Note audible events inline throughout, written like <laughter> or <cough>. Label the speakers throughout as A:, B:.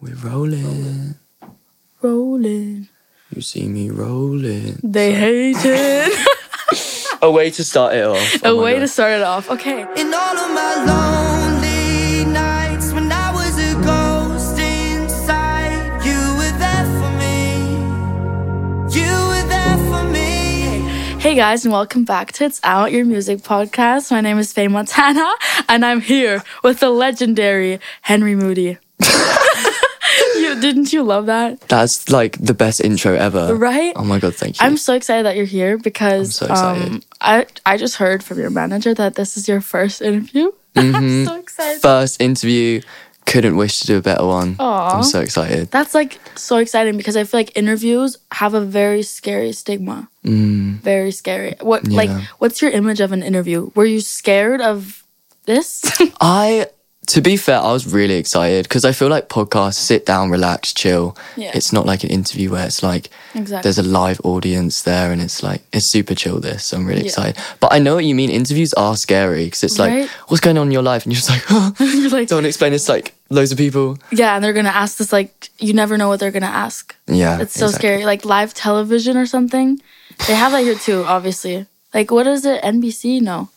A: We're rolling.
B: Rolling.
A: You see me rolling.
B: They hate it.
A: A way to start it off.
B: A
A: <laughs> Oh my
B: way to
A: God.
B: start it off. Okay.
C: In all of my lonely nights, when I was a ghost inside, you were there for me. You were there for me.
B: Hey guys, and welcome back to It's Out, your music podcast. My name is Faye Montana, and I'm here with the legendary
A: <laughs>
B: Henry Moody. you, didn't you love that?
A: That's like the best intro ever.
B: Right?
A: Oh my god, thank you.
B: I'm so excited that you're here because
A: I'm so excited.
B: um, I I just heard from your manager that this is your first interview. <laughs>
A: Mm-hmm.
B: I'm so excited.
A: First interview. Couldn't wish to do a better one.
B: Aw.
A: I'm so excited.
B: That's like so exciting because I feel like interviews have a very scary stigma.
A: Mm.
B: Very scary. What like
A: Yeah.
B: what's your image of an interview? Were you scared of
A: <laughs>
B: this?
A: I, to be fair, I was really excited because I feel like podcasts sit down, relax, chill.
B: Yeah.
A: It's not like an interview where it's like
B: exactly. <laughs>
A: there's a live audience there and it's like it's super chill. This so I'm really
B: Yeah.
A: excited. But I know what you mean. Interviews are scary because it's like
B: Right?
A: what's going on in your life and you're just like <laughs> oh,
B: You're like,
A: don't explain. It's like loads of people.
B: yeah, and they're gonna ask this like you never know what they're gonna ask.
A: Yeah,
B: It's so
A: exactly.
B: scary. Like live television or something. They have that here too, obviously. Like what is it? NBC? No.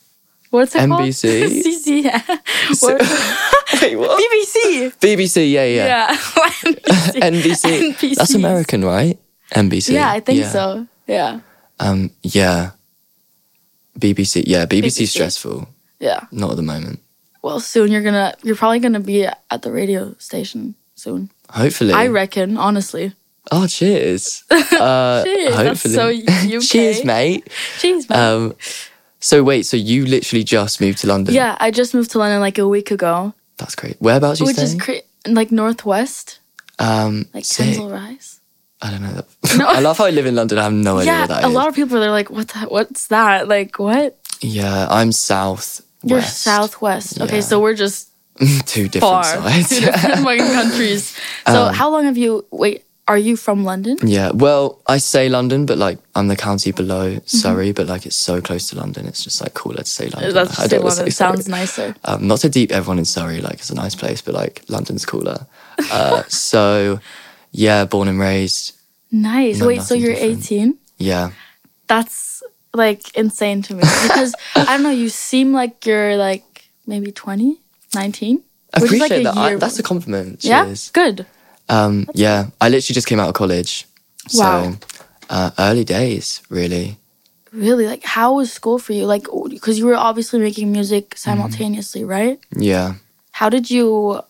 B: What's it called? <laughs>
A: NBC?
B: CCN. What is it?
A: Wait, what?
B: BBC.
A: BBC, <laughs> yeah, yeah. <laughs>
B: Yeah. <laughs> NBC. <laughs>
A: NBC. That's
B: NBCs.
A: American, right? NBC.
B: Yeah, I think so. Yeah.
A: Um, yeah. BBC, yeah, BBC,
B: BBC.
A: stressful.
B: Yeah.
A: Not at the moment.
B: Well, soon you're gonna you're probably gonna be at the radio station soon.
A: Hopefully.
B: I reckon, honestly.
A: oh,
B: <laughs>
A: cheers. Uh,
B: Cheers, that's
A: Hopefully. <laughs>
B: so UK.
A: cheers, mate.
B: Jeez, man.
A: Um, so wait, so you literally just moved to London?
B: yeah, I just moved to London like a week ago,
A: That's great. Whereabouts you
B: which is
A: staying?
B: cra- like northwest,
A: um,
B: like
A: sick.
B: Kensal Rise.
A: I don't know. That. <laughs>
B: No.
A: I love how I live in London. I have no idea
B: yeah,
A: what that
B: a
A: is.
B: lot of people they're like, what? The, what's that? Like what?
A: yeah, I'm south.
B: You're
A: west.
B: southwest. Okay,
A: Yeah.
B: so we're just
A: <laughs> Two different
B: far, <laughs>
A: sides. <laughs>
B: two different fucking countries. So how long have you? Wait, are you from London?
A: Yeah, well, I say London, but like I'm the county below Surrey, but like it's so close to London, it's just like cooler to say London.
B: Mm-hmm. That's
A: I
B: just the
A: wanna
B: one that
A: say Surrey.
B: sounds nicer.
A: Um, not to deep everyone in Surrey, like it's a nice place, but like London's
B: <laughs>
A: cooler. Uh, so yeah, born and raised.
B: Nice.
A: No,
B: wait, so
A: nothing
B: you're
A: different.
B: 18?
A: Yeah,
B: that's like
A: <laughs>
B: insane to me because I don't know, you seem like you're like maybe 20, 19.
A: I
B: which is,
A: appreciate
B: like
A: that.
B: a
A: I,
B: year-
A: that's a compliment.
B: yeah,
A: Cheers.
B: good.
A: Um, yeah, I literally just came out of college.
B: Wow.
A: So uh, early days, really.
B: Really, like how was school for you? Like because you were obviously making
A: Mm-hmm.
B: music simultaneously, right?
A: Yeah.
B: How did you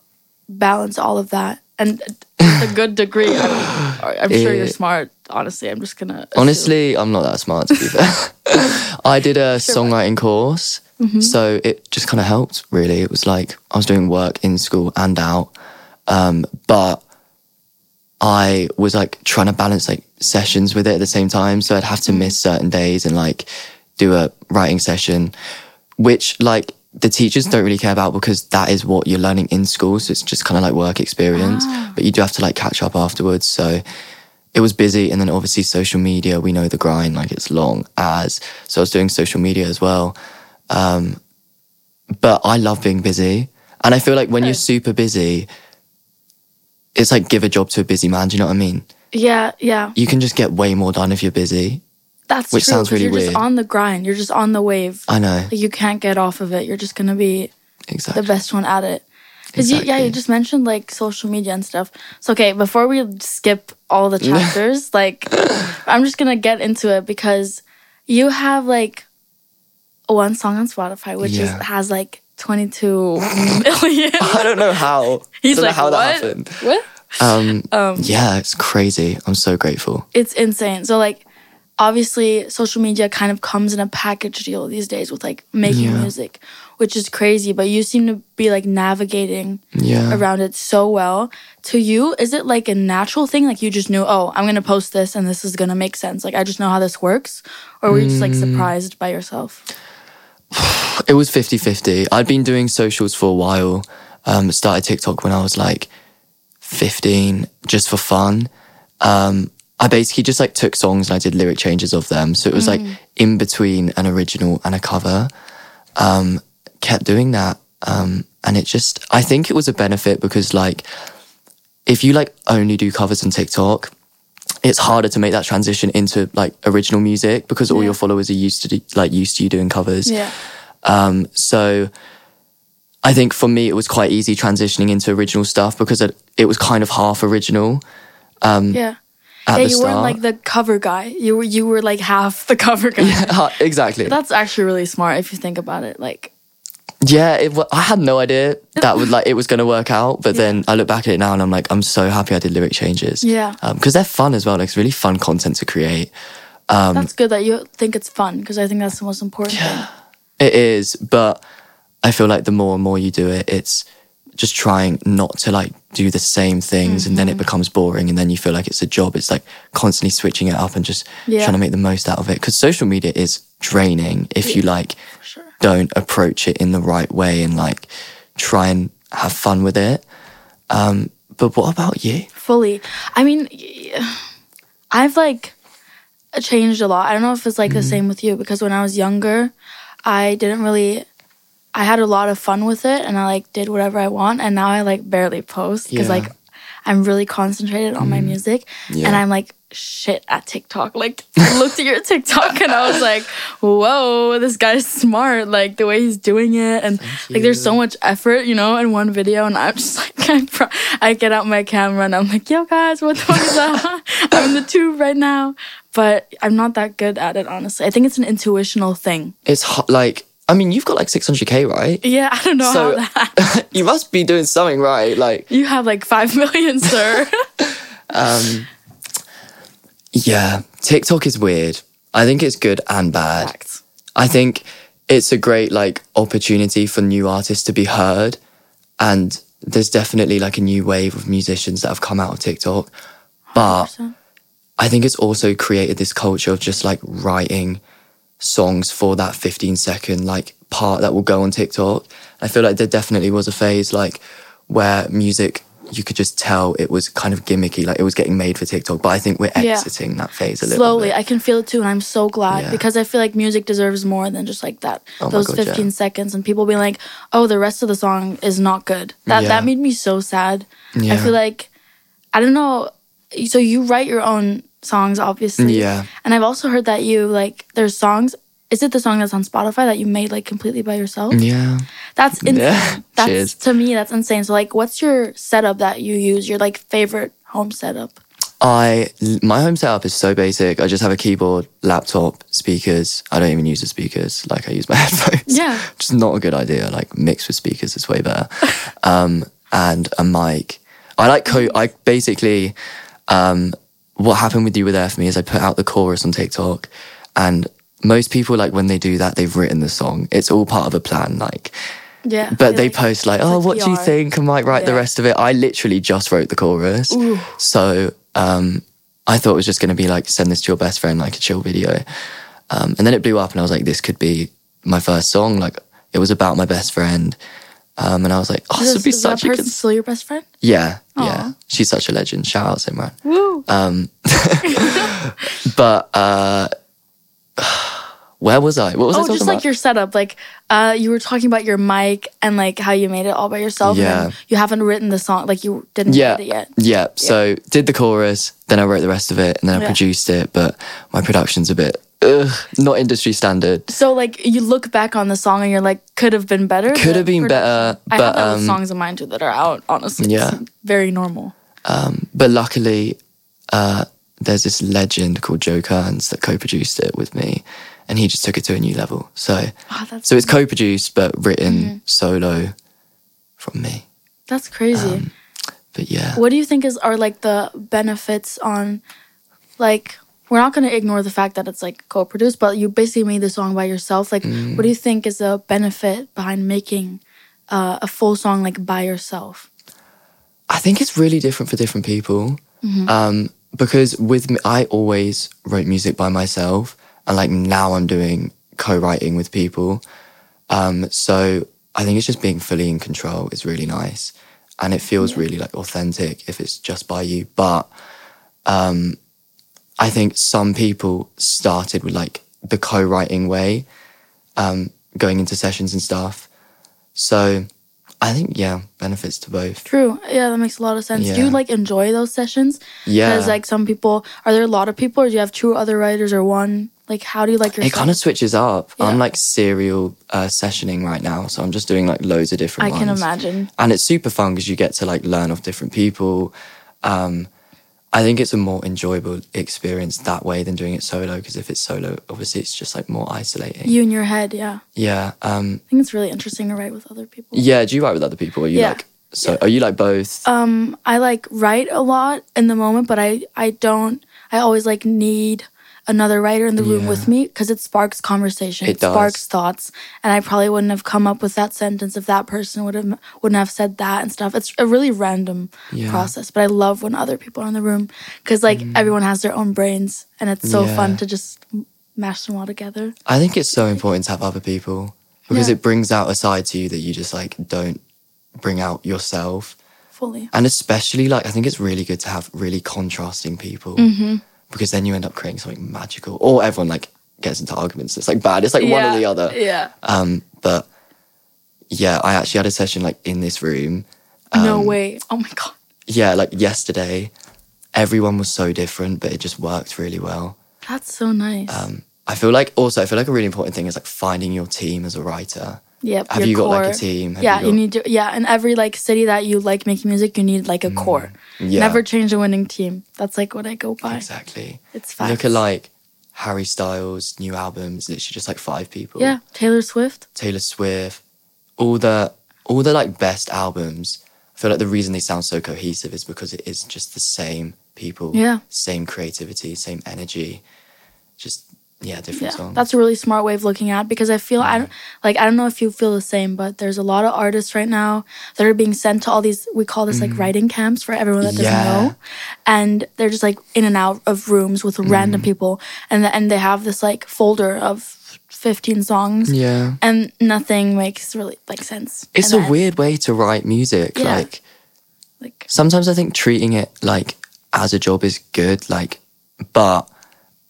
B: balance all of that and a good degree? I'm, I'm sure you're
A: It-
B: smart. Honestly, I'm just gonna assume.
A: Eh. Honestly, I'm not that smart to be fair. I did a
B: Sure.
A: songwriting course,
B: Hmm? Mm-hmm.
A: so it just kind of helped. Really, it was like I was doing work in school and out, um, but I was like trying to balance like sessions with it at the same time. So I'd have to miss certain days and like do a writing session, which like the teachers don't really care about because that is what you're learning in school. So it's just kind of like work experience, but you do have to like catch up afterwards. So it was busy. And then obviously social media, we know the grind, like it's long as. So I was doing social media as well. Um, but I love being busy. And I feel like when you're super busy, it's like give a job to a busy man. Do you know what I mean?
B: yeah, yeah,
A: You can just get way more done if you're busy.
B: that's
A: Which
B: true,
A: sounds
B: 'cause
A: really
B: you're
A: weird.
B: just on the grind. You're just on the wave.
A: I know.
B: Like you can't get off of it. You're just gonna be the
A: Exactly.
B: best one at it. Because you, yeah,
A: Exactly.
B: you just mentioned like social media and stuff. So okay, before we skip all the chapters,
A: <laughs>
B: like I'm just gonna get into it because you have like one song on Spotify, which
A: Yeah.
B: is, has like 22
A: <laughs>
B: million. <laughs>
A: I don't know how.
B: He's
A: don't know
B: like,
A: how that
B: what?
A: happened.
B: what?
A: Um,
B: Um,
A: yeah, it's crazy. I'm so grateful.
B: it's insane. So like obviously social media kind of comes in a package deal these days with like making
A: Yeah.
B: music, which is crazy. But you seem to be like navigating
A: Yeah.
B: around it so well. To you, is it like a natural thing? Like you just knew, oh, I'm gonna post this and this is gonna make sense. Like I just know how this works. Or were you just like
A: Mm.
B: surprised by yourself?
A: It was 50 50. I'd been doing socials for a while. Um, started TikTok when I was like 15, just for fun. Um, I basically just like took songs and I did lyric changes of them. So it was like in between an original and a cover. Um, kept doing that. Um, and it just, I think it was a benefit because like if you like only do covers on TikTok, it's harder to make that transition into like original music because all
B: Yeah.
A: your followers are used to do, like used to you doing covers.
B: Yeah.
A: Um, so I think for me it was quite easy transitioning into original stuff because it, it was kind of half original
B: Yeah.
A: Mm. at
B: yeah,
A: the
B: you
A: start.
B: weren't like the cover guy. You were you were like half the <laughs> cover guy.
A: exactly.
B: That's actually really smart if you think about it. Like
A: Yeah, it, wa- I had no idea that would like it was going to work out, but then I look back at it now and I'm like, I'm so happy I did lyric changes.
B: Yeah.
A: because they're fun as well. Like it's really fun content to create. Um,
B: that's good that you think it's fun because I think that's the most important thing.
A: It is, but I feel like the more and more you do it, it's just trying not to like do the same things and then it becomes boring and then you feel like it's a job. It's like constantly switching it up and just
B: Yeah.
A: trying to make the most out of it. Because social media is draining if you like
B: Sure.
A: don't approach it in the right way and like try and have fun with it. Um, but what about you?
B: Fully. I mean, y- I've like changed a lot. I don't know if it's like the
A: Mm-hmm.
B: same with you because when I was younger, I didn't really. I had a lot of fun with it and I like did whatever I want. And now I like barely post because
A: Yeah. Mm-hmm.
B: like I'm really concentrated on my music
A: Yeah.
B: and I'm like shit at TikTok. Like <laughs> I looked at your TikTok and I was like, whoa, this guy's smart. Like the way he's doing it and like there's so much effort, you know, in one video. And I'm just <laughs> like, I, pro- I get out my camera and I'm like, yo guys, what the fuck is that? <laughs> I'm in the tube right now. But I'm not that good at it, honestly. I think it's an intuitional thing.
A: It's hot, like, I mean, you've got like 600k, right? <laughs>
B: Yeah, I don't know
A: So-
B: how that.
A: you must be doing something right. Like,
B: You have like five million,
A: <laughs>
B: sir.
A: yeah, TikTok is weird. I think it's good and bad.
B: Facts.
A: I think it's a great like opportunity for new artists to be heard. And there's definitely like a new wave of musicians that have come out of TikTok. But I think it's also created this culture of just like writing songs for that 15 second like part that will go on TikTok. I feel like there definitely was a phase like where music you could just tell it was kind of gimmicky, like it was getting made for TikTok. But I think we're
B: Yeah.
A: exiting that phase a little
B: Slowly,
A: bit.
B: I can feel it too, and I'm so glad
A: Yeah.
B: because I feel like music deserves more than just like that.
A: Oh my
B: those
A: God, yeah.
B: 15 seconds, and people being like, "Oh, the rest of the song is not good." That
A: Yeah.
B: that made me so sad. I
A: Yeah.
B: feel like I don't know. So you write your own songs, obviously.
A: Yeah.
B: And I've also heard that you like there's songs. Is it the song that's on Spotify that you made like completely by yourself?
A: yeah.
B: That's insane.
A: Yeah.
B: <laughs> That's
A: Cheers.
B: to me that's insane. So like, what's your setup that you use? Your like favorite home setup?
A: I my home setup is so basic. I just have a keyboard, laptop, speakers. I don't even use the speakers. Like I use my <laughs> headphones.
B: Yeah.
A: Just not a good idea. Like mixed with speakers is way better. um, and a mic. I like co. I basically, um, what happened with you were there for me is I put out the chorus on TikTok, and most people like when they do that they've written the song. It's all part of a plan. Like
B: Yeah.
A: but
B: I
A: they
B: like-
A: post like, oh,
B: like
A: what do you
B: PR.
A: think? I might write the
B: Yeah.
A: rest of it. I literally just wrote the chorus. So um, I thought it was just going to be like, send this to your best friend, like a chill video. Um, and then it blew up, and I was like, this could be my first song. Like, it was about my best friend. Um, and I was like, oh,
B: Is
A: this would be
B: is that
A: such a
B: person
A: good.
B: still your best friend?
A: Yeah, yeah. She's such a legend. Shout out Simran.
B: Woo.
A: But uh, <sighs> where was I? What was I
B: oh,
A: talking
B: just
A: about?
B: like your setup. Like uh, you were talking about your mic and like how you made it all by yourself. And
A: Yeah.
B: then you haven't written the song. Like you didn't
A: yeah,
B: write it yet.
A: Yeah. So did the chorus, then I wrote the rest of it, and then I
B: Yeah.
A: produced it. But my production's a bit ugh, not industry standard.
B: So like you look back on the song and you're like, could have been better.
A: Could
B: the
A: have been
B: production.
A: better,
B: I have
A: but
B: that with
A: um,
B: songs of mine too that are out. Honestly,
A: Yeah.
B: It's very normal.
A: but luckily, uh, there's this legend called Joe Kearns that co-produced it with me, and he just took it to a new level. So,
B: Oh, that's
A: so it's co-produced but written
B: Mm-hmm.
A: solo from me.
B: that's crazy.
A: But yeah,
B: what do you think is are like the benefits on like we're not going to ignore the fact that it's like co-produced but you basically made the song by yourself like
A: Mm.
B: what do you think is the benefit behind making uh, a full song like by yourself
A: I think it's really different for different people. Um, because with me, I always wrote music by myself, and like now I'm doing co-writing with people. Um, so I think it's just being fully in control is really nice, and it feels really like authentic if it's just by you. But um, I think some people started with like the co-writing way, um, going into sessions and stuff. So I I think yeah, benefits to both.
B: True. Yeah, that makes a lot of sense. Do you
A: Yeah.
B: like enjoy those sessions?
A: Yeah,
B: Because like some people, are there a lot of people, or do you have two other writers or one? Like, how do you like your?
A: it kind of switches up. I'm
B: Yeah.
A: like serial uh, sessioning right now, so I'm just doing like loads of different.
B: I can
A: ones.
B: imagine.
A: and it's super fun because you get to like learn off different people. Um, I think it's a more enjoyable experience that way than doing it solo because if it's solo, obviously it's just like more isolating.
B: You in your head, yeah.
A: yeah, um,
B: I think it's really interesting to write with other people.
A: yeah. Do you write with other people? Are you
B: Yeah.
A: like so? Are you like both?
B: Um, I like write a lot in the moment, but I I don't. I always like need another writer in the room
A: Yeah.
B: with me because it sparks conversation.
A: It does.
B: sparks thoughts, and I probably wouldn't have come up with that sentence if that person would have wouldn't have said that and stuff. It's a really random
A: Yeah. Mm.
B: process, but I love when other people are in the room because like everyone has their own brains, and it's so
A: Yeah.
B: fun to just mash them all together.
A: I think it's so important to have other people because
B: Yeah.
A: it brings out a side to you that you just like don't bring out yourself.
B: Fully.
A: And especially like I think it's really good to have really contrasting people
B: Mm-hmm.
A: because then you end up creating something magical. Or everyone like gets into arguments. It's like bad. It's like one or the other.
B: Yeah.
A: Um, but yeah, I actually had a session like in this room. Uh,
B: no
A: um,
B: way. Oh my god.
A: Yeah, like yesterday. Everyone was so different, but it just worked really well.
B: That's so nice.
A: Um, I feel like also I feel like a really important thing is like finding your team as a writer.
B: Yep.
A: Have
B: your
A: you got like
B: core.
A: a team? Have
B: yeah,
A: you,
B: you,
A: got-
B: need to. Yeah, in every like city that you like making music, you need like a core.
A: Mm, Yeah.
B: Never change a winning team. That's like what I go by.
A: exactly.
B: It's
A: You
B: fine.
A: Look at like Harry Styles' new album. It's literally just like five people.
B: yeah, Taylor Swift.
A: Taylor Swift, all the all the like best albums. I feel like the reason they sound so cohesive is because it is just the same people,
B: Yeah.
A: same creativity, same energy, just yeah, different
B: Yeah,
A: songs. Mm.
B: that's a really smart way of looking at it because I feel I don't like I don't know if you feel the same, but there's a lot of artists right now that are being sent to all these we call this like writing camps for everyone that doesn't
A: Mm. Yeah.
B: know, and they're just like in and out of rooms with
A: Mm.
B: random people, and the, and they have this like folder of fifteen songs,
A: yeah,
B: and nothing makes really like sense.
A: it's
B: And
A: a
B: I-
A: weird way to write music.
B: Yeah.
A: Like
B: like
A: sometimes I think treating it like as a job is good. Like, but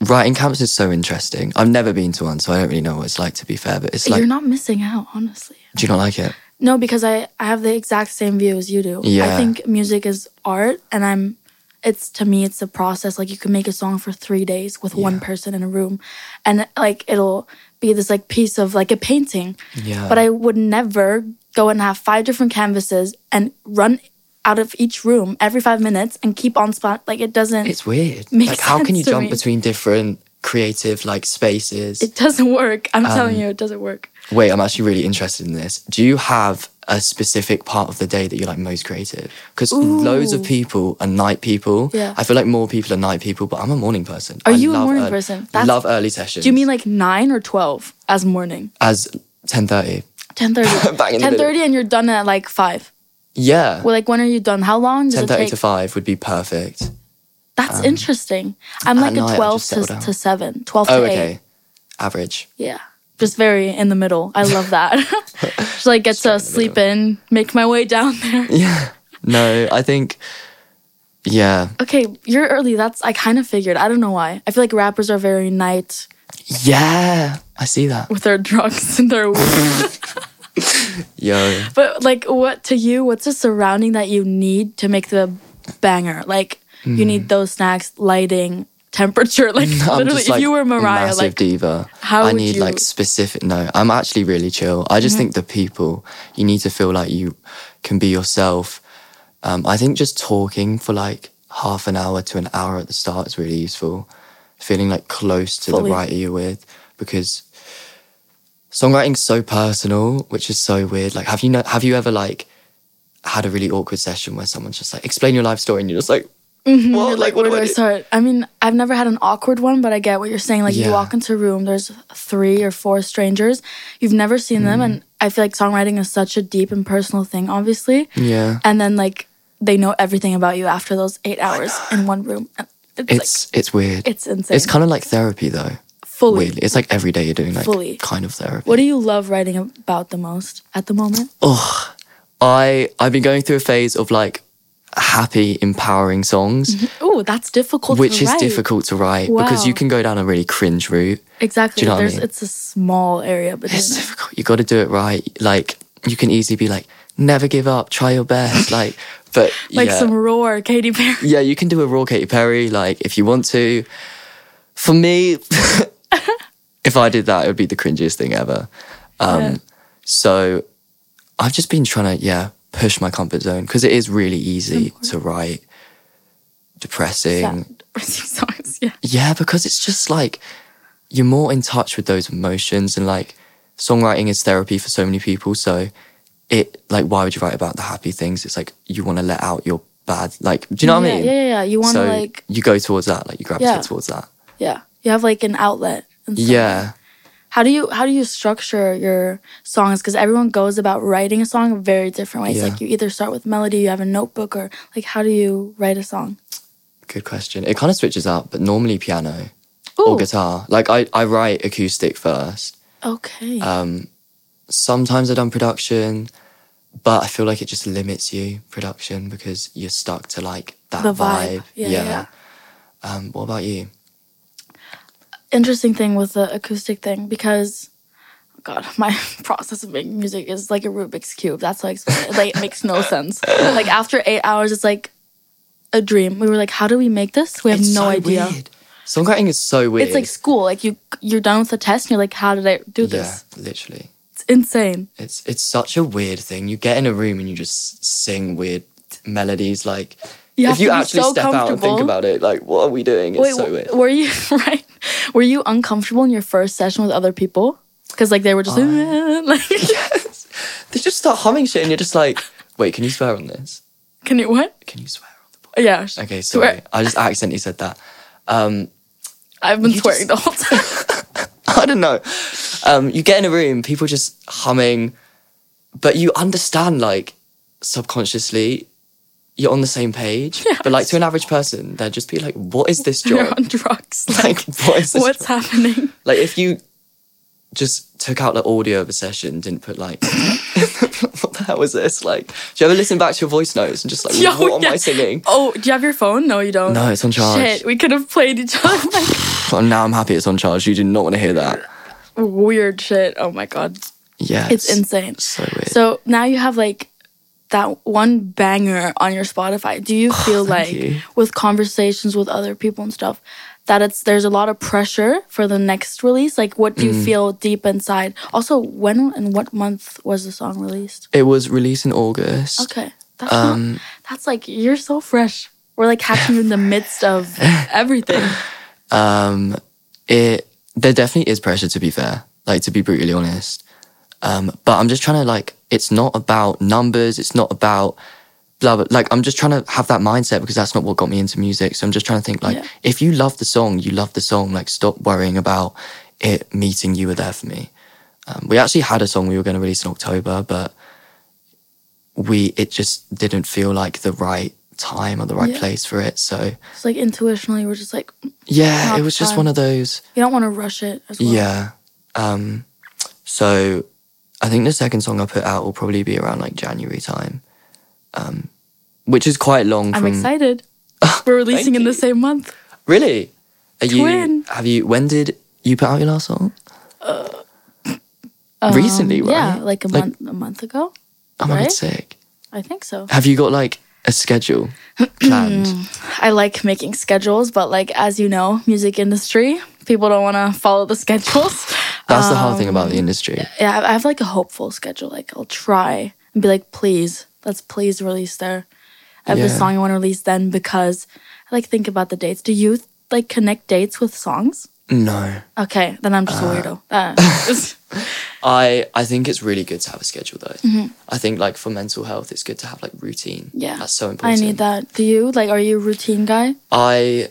A: writing camps is so interesting. I've never been to one, so I don't really know what it's like. To be fair, but it's like,
B: you're not missing out, honestly.
A: do you not like it?
B: No, because I, I have the exact same view as you do. I
A: Yeah.
B: think music is art and I'm it's to me it's a process. Like you can make a song for three days with one person in a room and like it'll be this like piece of like a painting.
A: Yeah,
B: But I would never go and have five different canvases and run out of each room every five minutes and keep on spot like it doesn't
A: It's weird.
B: Makes
A: like, how can
B: sense
A: you
B: to
A: jump
B: me.
A: between different creative like spaces?
B: it doesn't work.
A: Um,
B: I'm telling you, it doesn't work.
A: Wait, I'm actually really interested in this. Do you have a specific part of the day that you're like most creative? Because loads of
B: Ooh.
A: people are night people.
B: Yeah.
A: I feel like more people are night people, but I'm a morning person.
B: Are
A: I
B: you a
A: love
B: morning
A: early-
B: person? That's-
A: love early sessions.
B: Do you mean like nine or twelve as morning?
A: as 10:30?
B: Ten thirty.
A: <laughs> Bang in the
B: Ten
A: middle.
B: thirty, and you're done at like five.
A: Yeah.
B: Well, like when are you done? How long does
A: 10:30
B: it take?
A: to 5 would be perfect.
B: That's interesting. I'm like
A: at night,
B: a
A: I
B: twelve
A: just
B: to,
A: settle down.
B: to seven, twelve
A: Oh,
B: to eight.
A: okay. Average. <laughs>
B: Yeah, just very in the middle. I love that. <laughs> just like get to
A: in the
B: sleep in, make my way down there. <laughs>
A: Yeah. No, I think yeah.
B: Okay, you're early. That's I kind of figured. I don't know why. I feel like rappers are very night
A: Yeah. I see that.
B: with their <laughs> drugs and their weed.
A: Yo.
B: but like, what to you? What's the surrounding that you need to make the banger? Like, you need those snacks, lighting, <laughs> temperature. Like,
A: Mm-hmm. I'm
B: literally,
A: just, like,
B: if you were Mariah,
A: massive
B: like, <laughs>
A: diva.
B: how
A: I
B: would
A: need
B: you- Mm-hmm.
A: like specific. No, I'm actually really chill. I just think the people you need to feel like you can be yourself. Um, I think just talking for like half an hour to an hour at the start is really useful. Feeling like close to
B: Fully.
A: the writer you're with because songwriting's so personal, which is so weird. Like, have you know? Have you ever like had a really awkward session where someone's just like explain your life story and you're just like, what?
B: Mm-hmm. Like, where do I
A: do?
B: start? I mean, I've never had an awkward one, but I get what you're saying. Like, you
A: Yeah.
B: walk into a room, there's three or four strangers, you've never seen them, and
A: Mm-hmm.
B: I feel like songwriting is such a deep and personal thing, obviously.
A: Yeah.
B: And then, like, they know everything about you after those eight hours in one room. And It's,
A: It's it's weird.
B: like, it's insane.
A: It's kind of like therapy, though.
B: fully.
A: Weirdly, it's like every day you're doing like
B: Fully.
A: kind of therapy.
B: What do you love writing about the most at the moment?
A: I I've been going through a phase of like happy, empowering songs,
B: Oh, that's difficult.
A: which
B: to
A: is
B: write.
A: difficult to write
B: Wow.
A: because you can go down a really cringe route.
B: Exactly.
A: Do you know what I
B: There's,
A: mean?
B: It's a small area, but
A: It's
B: isn't it?
A: difficult. You got to do it right. Like you can easily be like, never give up, try your best.
B: <laughs>
A: Like, but
B: like
A: yeah.
B: some roar, Katy Perry.
A: yeah, you can do a raw Katy Perry, like if you want to. For me, <laughs> if I did that, it would be the cringiest thing ever. Um,
B: Yeah.
A: So I've just been trying to, yeah, push my comfort zone because it is really easy to write depressing.
B: <laughs> songs. Yeah,
A: Yeah, because it's just like you're more in touch with those emotions and like songwriting is therapy for so many people. So it like why would you write about the happy things? It's like you want to let out your bad like do you know what
B: yeah,
A: I mean?
B: yeah, yeah, yeah. You want to
A: so
B: like,
A: you go towards that, like you gravitate
B: Yeah.
A: towards that.
B: yeah. You have like an outlet. And stuff.
A: Yeah.
B: How do you how do you structure your songs? Because everyone goes about writing a song very different ways.
A: Yeah.
B: Like you either start with melody, you have a notebook, or like how do you write a song?
A: Good question. It kind of switches up, but normally piano
B: Ooh,
A: or guitar. Like I, I write acoustic first.
B: Okay.
A: Um, sometimes I've done production, but I feel like it just limits you production because you're stuck to like that
B: The vibe. Yeah, yeah.
A: Um, what about you?
B: interesting thing with the acoustic thing because oh God, <laughs> my process of making music is like a Rubik's cube. That's how I explain it. Like it
A: <laughs>
B: makes no sense. Like after eight hours, it's like a dream. We were like, how do we make this? We have
A: It's
B: no
A: so
B: idea.
A: Weird. Songwriting is so weird.
B: It's like school. Like you, you're done with the test, and you're like, how did I do
A: yeah,
B: this?
A: literally.
B: It's insane.
A: It's it's such a weird thing. You get in a room and you just sing weird melodies. Like
B: You have
A: if you
B: to be
A: actually
B: so
A: step out and think
B: comfortable.
A: about it, like what are we doing? It's
B: Wait,
A: so
B: w-
A: weird. <laughs>
B: were you <laughs> right? Were you uncomfortable in your first session with other people? Because like they were just <laughs> like,
A: They just start humming shit and you're just like, wait, can you swear on this?
B: can you what?
A: Can you swear on the
B: Yeah.
A: podcast? Okay, sorry.
B: swear.
A: I just accidentally said that. <laughs> Um,
B: I've been
A: You
B: swearing
A: just-
B: the whole time.
A: I don't know. Um, you get in a room, people just humming, but you understand like subconsciously you're on the same
B: <laughs>
A: page. But like to an average person, they'd just be like, what is this
B: You're
A: job? <laughs>
B: on drugs.
A: Like, what is this
B: What's
A: job? <laughs>
B: happening?
A: Like if you just took out the audio of a session, didn't put like <laughs> what the hell was this? Like, do you ever listen back to your voice notes and just like,
B: <laughs> Yo,
A: what am
B: yeah.
A: I singing? <laughs>
B: Oh, do you have your phone? No, you don't.
A: No, it's on charge.
B: Shit, we could have played each
A: <laughs>
B: other <laughs> like
A: Well, now I'm happy it's on charge. You do not want to hear that.
B: weird shit. Oh my god,
A: Yeah,
B: it's insane.
A: so weird.
B: So now you have like that one banger on your Spotify. Do
A: <sighs>
B: you feel like
A: you.
B: with conversations with other people and stuff that it's there's a lot of pressure for the next release? Like, what do
A: Mm.
B: you feel deep inside? Also, when and what month was the song released?
A: it was released in August.
B: Okay, that's not-
A: Um,
B: that's like you're so fresh. We're like catching you in the midst
A: <laughs>
B: of everything.
A: Um, it there definitely is pressure to be fair, like to be brutally honest. Um, but I'm just trying to like, it's not about numbers. It's not about blah blah. Like I'm just trying to have that mindset because that's not what got me into music. So I'm just trying to think like,
B: Yeah.
A: if you love the song, you love the song. Like stop worrying about it meeting you were there for me. Um, we actually had a song we were going to release in October, but we it just didn't feel like the right time or the right
B: Yeah.
A: place for it. So
B: It's like intuitionally, we're just like you
A: yeah,
B: Not
A: it was just
B: fun.
A: one of those.
B: don't want to rush it as well.
A: Yeah. Um, so I think the second song I put out will probably be around like January time, um, which is quite long.
B: I'm
A: from, <laughs>
B: excited. We're releasing in the
A: you.
B: same month.
A: Really? Are you?
B: Twin. Uh,
A: Have you? When did you put out your last song? Recently,
B: Um,
A: right?
B: Yeah, like a
A: Like-
B: month, a month ago.
A: Oh my god,
B: right?
A: sick.
B: I think so.
A: Have you got like a
B: <clears throat>
A: schedule planned?
B: I like making schedules, but like as you know, music industry people don't want to follow the schedules.
A: That's the hard thing about the industry.
B: Um, yeah, I I have like a hopeful schedule. Like I'll try and be like, please, let's please release there. I have this
A: Yeah.
B: song I want to release then because I like think about the dates. Do you like connect dates with songs?
A: No.
B: Okay, then I'm just a weirdo.
A: <laughs>
B: Uh, <laughs>
A: I I think it's really good to have a schedule though. I think like for mental health, it's good to have like routine.
B: Mm-hmm. yeah,
A: That's so
B: I
A: important.
B: need that. Do you like? Are you a routine guy?
A: I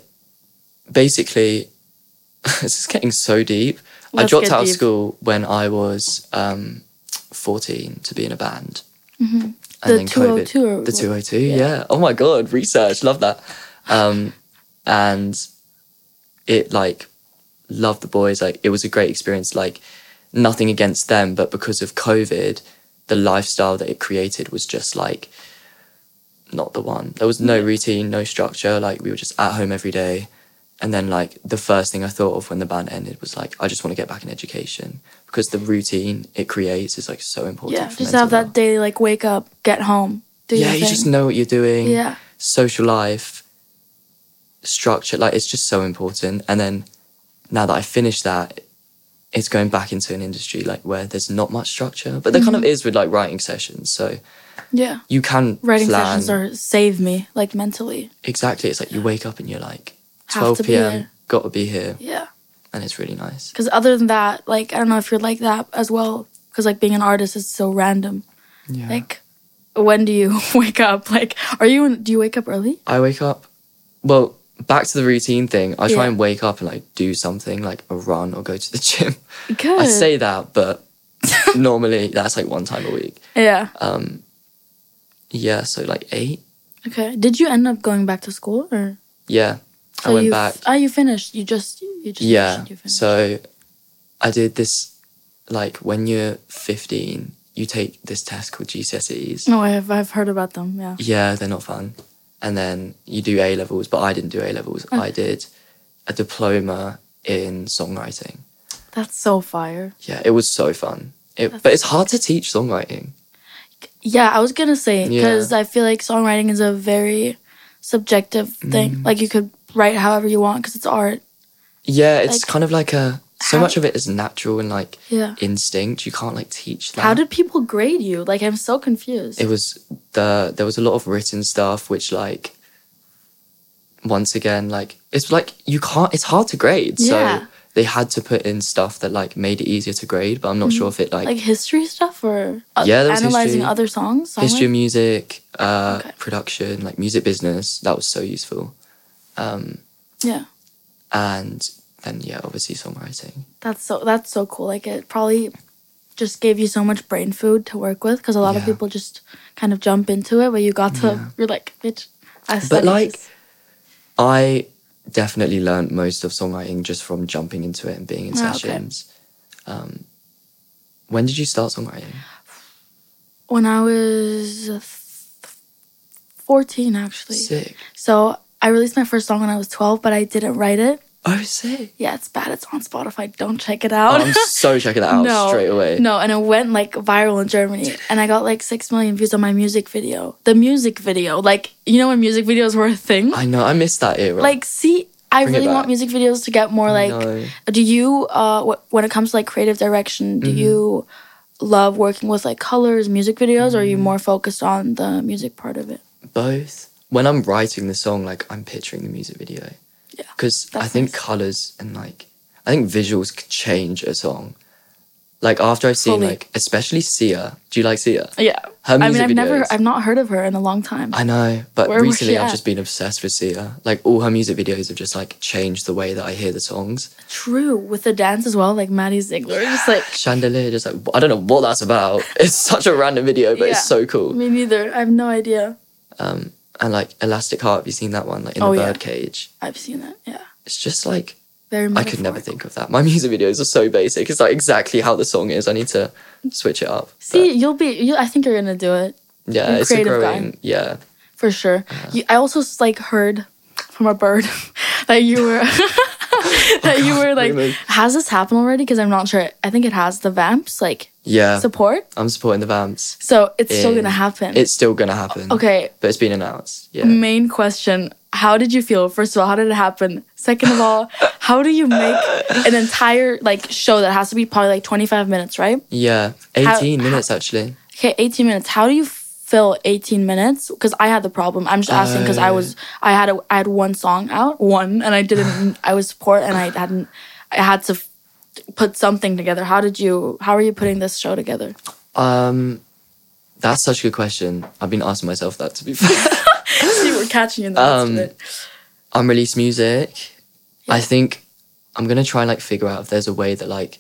A: basically <laughs> this is getting so deep.
B: Let's
A: I dropped
B: get
A: out of
B: deep.
A: school when I was um, 14 to be in a band. Mm-hmm.
B: The 202 or
A: the
B: what?
A: 202, yeah. Oh my god, research, love that. Um, and it like loved the boys. Like it was a great experience. Like nothing against them, but because of COVID, the lifestyle that it created was just like not the one. There was no routine, no structure. Like we were just at home every day, And then like the first thing I thought of when the band ended was like, I just want to get back in education because the routine it creates is like so important.
B: yeah,
A: for
B: just
A: mental
B: have that
A: health.
B: daily like wake up, get home, do
A: yeah,
B: your
A: you
B: thing.
A: just know what you're doing.
B: yeah,
A: social life structure like it's just so important and then now that i finished that it's going back into an industry like where there's not much structure but there kind of
B: Mm-hmm.
A: is with like writing sessions so
B: yeah.
A: you can
B: Writing
A: plan.
B: sessions are save me like mentally.
A: exactly it's like you wake up and you're like 12
B: Have to be
A: p.m
B: here.
A: gotta be here
B: Yeah,
A: and it's really nice
B: because other than that, like I don't know if you're like that as well. Because like being an artist is so random.
A: yeah
B: Like, when do you <laughs> wake up? Like, are you do you wake up early?
A: i wake up well back to the routine thing i try
B: Yeah.
A: and wake up and like do something like a run or go to the <laughs> gym
B: Good.
A: i say that but normally that's like one time a week
B: yeah.
A: um yeah so like eight
B: Okay. Did you end up going back to school or?
A: yeah i
B: Oh,
A: went
B: you
A: back
B: F- oh, you finished. You just you just
A: yeah
B: Finished, you finished.
A: so i did this like when you're 15 you take this test called gcse's
B: no, I've Oh, I've heard about them. Yeah.
A: yeah they're not fun and then you do a levels but i didn't do a levels i did a diploma in songwriting
B: That's so fire.
A: yeah it was so fun it,
B: That's
A: but it's hard to teach songwriting
B: Yeah, I was gonna say
A: Yeah.
B: because I feel like songwriting is a very subjective
A: Mm-hmm.
B: thing. Like you could write however you want because it's art.
A: yeah it's
B: Like,
A: kind of like a so
B: how-
A: much of it is natural and like
B: Yeah.
A: instinct you can't like teach that
B: How did people grade you? Like I'm so confused.
A: it was the there was a lot of written stuff which like once again like it's like you can't it's hard to grade
B: Yeah.
A: so they had to put in stuff that like made it easier to grade but i'm not sure if it like,
B: Mm-hmm. like history stuff or uh,
A: Yeah, there was
B: analyzing
A: history.
B: other songs. Songwriting?
A: history of music uh
B: Okay.
A: production like music business that was so useful um
B: Yeah.
A: and then yeah obviously songwriting
B: That's so that's so cool. Like it probably just gave you so much brain food to work with because a lot of
A: Yeah.
B: people just kind of jump into it, but you got to
A: Yeah.
B: you're like, bitch, I studied
A: like,
B: this."
A: i definitely learned most of songwriting just from jumping into it and being in
B: Ah, okay.
A: sessions um when did you start songwriting
B: when I was uh, f- fourteen, actually.
A: sick
B: So I released my first song when I was twelve, but I didn't write it.
A: oh sick
B: Yeah, it's bad. It's on Spotify. Don't check it
A: Oh,
B: out.
A: I'm so checking that out
B: No,
A: straight away.
B: <laughs> no, and it went like viral in Germany, and I got like six million views on my music video. The music video, like you know, when music videos were a thing.
A: I know, I missed that era.
B: like see i
A: Bring it
B: really want
A: back.
B: music videos to get more like
A: No.
B: do you uh wh- when it comes to like creative direction
A: Mm-hmm.
B: do you love working with like colors music videos or are you
A: Mm-hmm.
B: more focused on the music part of it
A: both. When I'm writing the song, like I'm picturing the music video.
B: Yeah,
A: Because I
B: that's
A: think
B: nice.
A: colours and like I think visuals can change a song. Like after I've seen
B: Fully.
A: like especially Sia. Do you like Sia?
B: yeah
A: Her
B: i
A: music
B: mean i've never
A: videos-
B: i've not heard of her in a long time
A: I know, but
B: Where was
A: recently
B: she
A: I've
B: at?
A: just been obsessed with Sia. Like all her music videos have just like changed the way that I hear the songs.
B: true with the dance as well like maddie ziegler just like
A: Chandelier, just like I don't know what that's about. <laughs> It's such a random video, but
B: Yeah.
A: it's so cool.
B: <laughs> me neither i have no idea
A: Um, and like Elastic Heart, have you seen that one? Like in
B: Oh,
A: the
B: yeah.
A: birdcage.
B: i've seen that yeah
A: It's just like
B: very
A: I
B: much
A: could never think of that. My music videos are so basic. It's like exactly how the song is. I need to switch it up.
B: see you'll be you, i think you're gonna do it
A: But, yeah,
B: you're a
A: it's a
B: creative guy.
A: growing. Yeah,
B: for sure. You, I also s- like heard from a bird <laughs> that you were <laughs> that you were like.
A: Raymond.
B: Has this happened already? Because I'm not sure. I think it has the vamps like
A: yeah.
B: support,
A: I'm supporting the Vamps.
B: so it's still
A: Yeah.
B: gonna happen.
A: It's still gonna happen.
B: okay. Mm.
A: but it's been announced. Yeah,
B: Main question: How did you feel? First of all, how did it happen? Second of all, how do you make an entire like show that has to be probably like 25 minutes, right?
A: yeah. 18 minutes actually.
B: Okay, 18 minutes. How do you fill 18 minutes? Because I had the problem. I'm just asking because I
A: Oh.
B: was I had a I had one song out, one, and I
A: <sighs>
B: didn't. I was poor and I hadn't. I had to f- put something together. How did you? How are you putting this show together?
A: Um, that's such a good question. I've been asking myself that to be <laughs> fair.
B: you were catching in the midst
A: Um,
B: of it.
A: unreleased music. I think I'm gonna try and like figure out if there's a way that like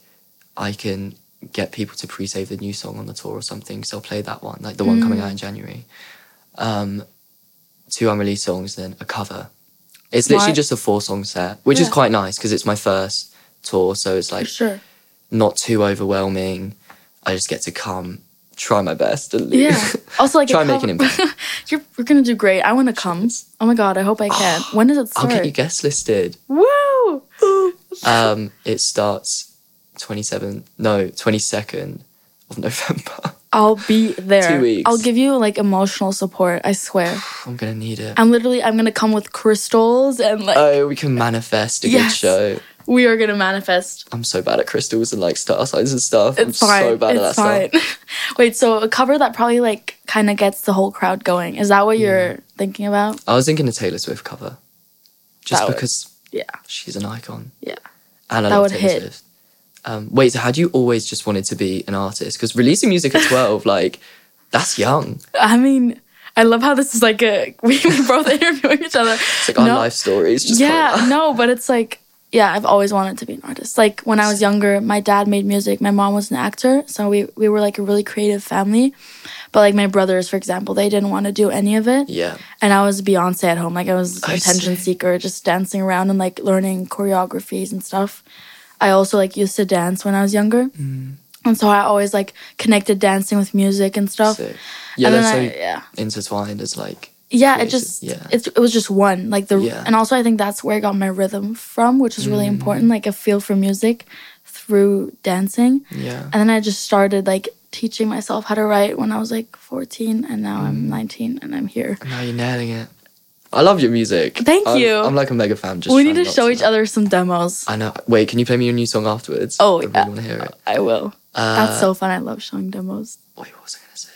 A: I can get people to pre-save the new song on the tour or something. So I'll play that one, like the one coming out in
B: Mm.
A: January. Um, two unreleased songs, then a cover. It's literally
B: Smart.
A: just a four-song set, which is
B: Yeah.
A: quite nice because it's my first tour, so it's
B: For
A: <laughs> like
B: sure.
A: not too overwhelming. I just get to come try my best. At
B: Yeah.
A: least.
B: Also, like,
A: Try
B: it
A: make an
B: help- <laughs> you're, you're gonna do great. I want to come. Oh my god, I
A: <sighs>
B: hope I can. when does it
A: <laughs> I'll
B: start?
A: get you guest listed.
B: Woo!
A: Um, it starts 27th, no, 22nd of November. <laughs>
B: I'll be there.
A: Two weeks.
B: I'll give you like emotional support. I swear.
A: I'm gonna need it.
B: I'm literally. I'm gonna come with crystals and like
A: Oh, we can manifest a
B: Yes.
A: good show.
B: we are gonna manifest.
A: I'm so bad at crystals and like star signs and stuff.
B: It's
A: I'm
B: fine.
A: so bad at that
B: it's fine. <laughs>
A: stuff.
B: Wait. So a cover that probably like kind of gets the whole crowd going. Is that what you're thinking about?
A: I was thinking a Taylor Swift cover, just
B: That would-
A: because
B: Yeah.
A: she's an icon.
B: Yeah.
A: and I
B: That
A: love
B: would
A: Taylor
B: hit.
A: Swift. Um, wait, so had you always just wanted to be an artist? Because releasing music at 12, <laughs> like, that's young.
B: I mean, I love how this is like a <laughs> we we both interviewing each other.
A: It's like our life stories. Just
B: yeah
A: coming up.
B: no but it's like yeah i've always wanted to be an artist like when i was younger my dad made music my mom was an actor so we, we were like a really creative family but like my brothers for example they didn't want to do any of it
A: Yeah.
B: and i was beyonce at home like i was
A: I
B: attention
A: see.
B: seeker just dancing around and like learning choreographies and stuff i also like used to dance when i was younger and so i always like connected dancing with music and stuff
A: Sick. Yeah,
B: and
A: they're
B: then
A: so
B: I, yeah
A: intertwined as like,
B: yeah it
A: creative,
B: just
A: yeah.
B: it's it was just one like the
A: Yeah. Mm.
B: and also i think that's where i got my rhythm from which is really important like a feel for music through dancing
A: yeah.
B: and then i just started like teaching myself how to write when i was like 14 and now
A: Mm.
B: i'm 19 and i'm here
A: Now you're nailing it. I love your music.
B: Thank
A: I'm-
B: you.
A: I'm like a mega fan. Just
B: we
A: trying
B: need to
A: not
B: show each
A: know.
B: other some demos
A: I know. Wait, can you play me your new song afterwards?
B: Oh,
A: I really
B: yeah.
A: want to hear it.
B: i will that's
A: Uh,
B: so fun i love showing demos
A: Wait, what was I gonna say?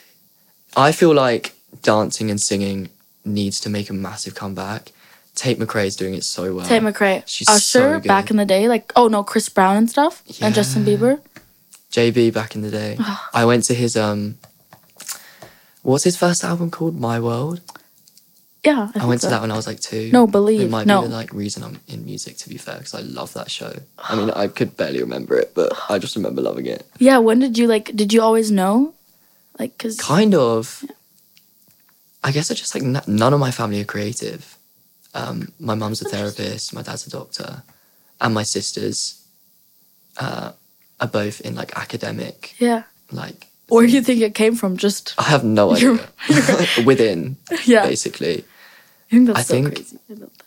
A: I feel like dancing and singing needs to make a massive comeback. Tate McRae is doing it so well.
B: tate mccrae
A: oh, she's so
B: usher
A: good.
B: back in the day like oh no chris brown and stuff and justin
A: Yeah.
B: bieber
A: JB back in the day. I went to his um. What's his first album called? My World.
B: yeah
A: I,
B: think
A: went
B: so.
A: to that when I was like two.
B: no believe
A: It might
B: no
A: be the like reason I'm in music to be fair, because I love that show. I mean, I could barely remember it, but I just remember loving it.
B: Yeah, when did you like? Did you always know? Like, cause
A: Kind of. I guess I just like n- none of my family are creative. Um, my mum's a therapist, my dad's a doctor, and my sisters uh, are both in like academic.
B: yeah.
A: Like
B: Where do you think it came from? Just <laughs>
A: I have no
B: You're-
A: idea. <laughs> Within,
B: yeah. I
A: basically.
B: think that's
A: I
B: so
A: think-
B: crazy. I love that.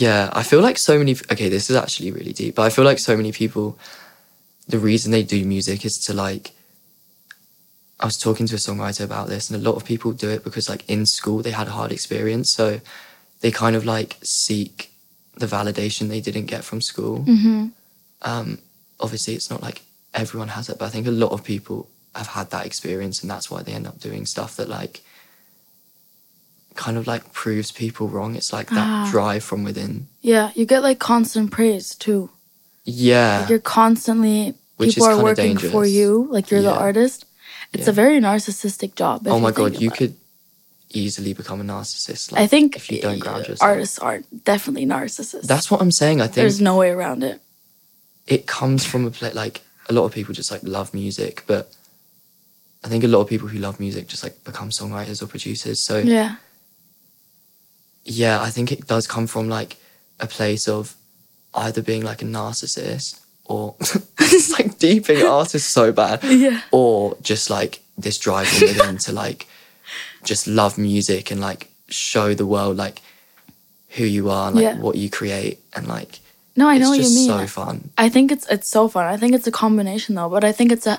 A: Yeah, I feel like so many. Okay, this is actually really deep, but I feel like so many people, the reason they do music is to like. I was talking to a songwriter about this, and a lot of people do it because, like, in school they had a hard experience, so they kind of like seek the validation they didn't get from school.
B: Mm-hmm.
A: Um, obviously, it's not like everyone has it, but I think a lot of people have had that experience, and that's why they end up doing stuff that, like, kind of like proves people wrong. It's like that
B: Ah.
A: drive from within.
B: Yeah, you get like constant praise too. Like,
A: Yeah.
B: you're constantly
A: Which is
B: people are
A: kinda
B: working for
A: dangerous.
B: you. Like you're the
A: Yeah.
B: artist. It's a
A: Yeah.
B: very narcissistic job. if
A: Oh my
B: think
A: god, you
B: about it.
A: could easily become a narcissist. Like,
B: I think
A: if you don't ground yourself.
B: artists are definitely narcissists.
A: That's what I'm saying. I think
B: There's no way around it.
A: it comes from a place like a lot of people just like love music, but I think a lot of people who love music just like become songwriters or producers. So yeah,
B: Yeah.
A: I think it does come from like a place of either being like a narcissist or <laughs> it's like deeping artists so bad.
B: Yeah. <laughs>
A: or just like this drive from within to like just love music and like show the world like who you are and like
B: Yeah.
A: what you create and like
B: No, I
A: it's
B: know what you
A: just
B: mean.
A: so fun.
B: I think it's it's so fun. I think it's a combination though, but I think it's a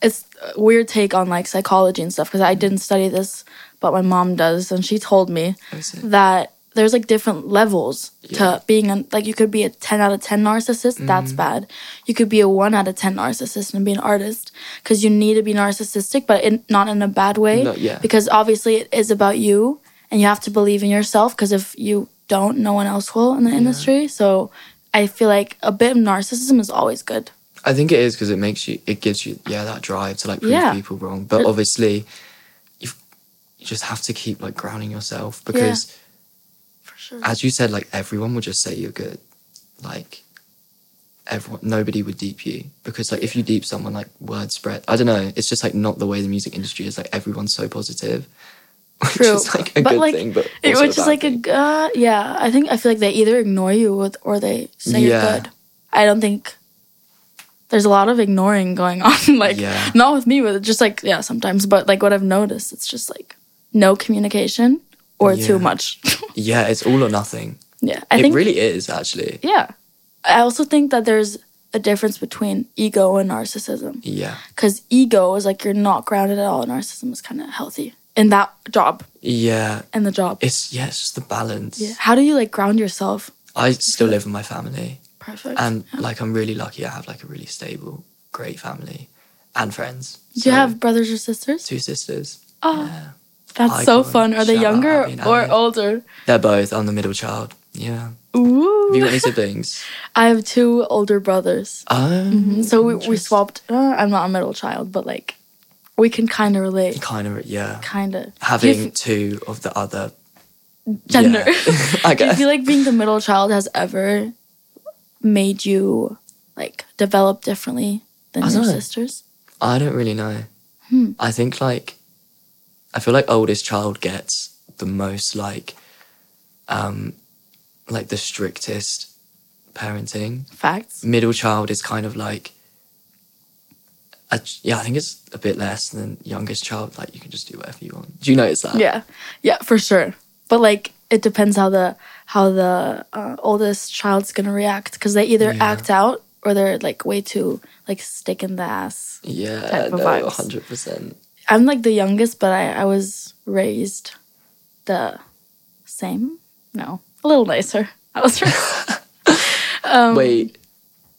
B: it's a weird take on like psychology and stuff because I didn't study this, but my mom does, and she told me
A: Is it?
B: that there's like different levels
A: Yeah. Mm-hmm.
B: to being an like you could be a 10 out of 10 narcissist that's bad you could be a 1 out of 10 narcissist and be an artist because you need to be narcissistic but in, not in a bad way
A: No, yeah.
B: because obviously it is about you and you have to believe in yourself because if you don't no one else will in the industry so i feel like a bit of narcissism is always good
A: I think it is because it makes you it gives you yeah that drive to like prove
B: Yeah.
A: people wrong. But
B: It-
A: obviously you've, you just have to keep like grounding yourself because
B: for sure
A: as you said like everyone will just say you're good. Like everyone nobody would deep you because like if you deep someone like word spread I don't know it's just like not the way the music industry is like everyone's so positive <laughs> which
B: True.
A: is like a
B: But,
A: good
B: like,
A: thing but
B: it,
A: also a
B: which is
A: bad
B: like
A: thing.
B: a uh, yeah i think i feel like they either ignore you with, or they say
A: Yeah.
B: you're good i don't think there's a lot of ignoring going <laughs> on. like
A: Yeah.
B: not with me, but just like yeah, sometimes. But like what I've noticed, it's just like no communication or
A: Yeah.
B: too much. <laughs>
A: Yeah, it's all or nothing.
B: yeah, I
A: it
B: think
A: really is actually.
B: yeah. I also think that there's a difference between ego and narcissism
A: Yeah.
B: because ego is like you're not grounded at all. Narcissism is kind of healthy in that job
A: Yeah.
B: in the job.
A: It's yeah, it's just the balance.
B: yeah. How do you like ground yourself?
A: I still live with my family.
B: Perfect.
A: And like I'm really lucky I have like a really stable, great family and friends.
B: Do
A: So,
B: you have brothers or sisters?
A: two sisters.
B: Oh,
A: Yeah.
B: that's
A: I
B: so
A: can't
B: fun. Are they
A: shout out
B: younger
A: Abby and
B: or
A: Abby.
B: older?
A: They're both. I'm the middle child. Yeah.
B: Ooh.
A: Have you got <laughs> any siblings?
B: <laughs> I have two older brothers. Mm-hmm.
A: Oh,
B: So we, we
A: interest-
B: swapped. Uh, I'm not a middle child, but like we can kind of relate.
A: Kind of, yeah.
B: Kind of.
A: Having two of the other
B: gender.
A: yeah. <laughs> I
B: <laughs> Do you
A: guess.
B: feel like being the middle child has ever made you like develop differently than
A: I
B: your
A: dunno.
B: sisters?
A: I don't really know.
B: Hmm.
A: I think like I feel like oldest child gets the most like um like the strictest parenting.
B: Facts.
A: Middle child is kind of like a, yeah, I think it's a bit less than youngest child. Like you can just do whatever you want. Do you notice that?
B: Yeah, yeah, for sure. But like, it depends how the how the uh, oldest child's gonna react because they either
A: Yeah.
B: act out or they're like way too like stick in the ass.
A: Yeah,
B: Type of
A: no,
B: vibes.
A: hundred percent.
B: I'm like the youngest, but I I was raised the same. No, a little nicer. I was raised
A: <laughs>
B: um,
A: Wait,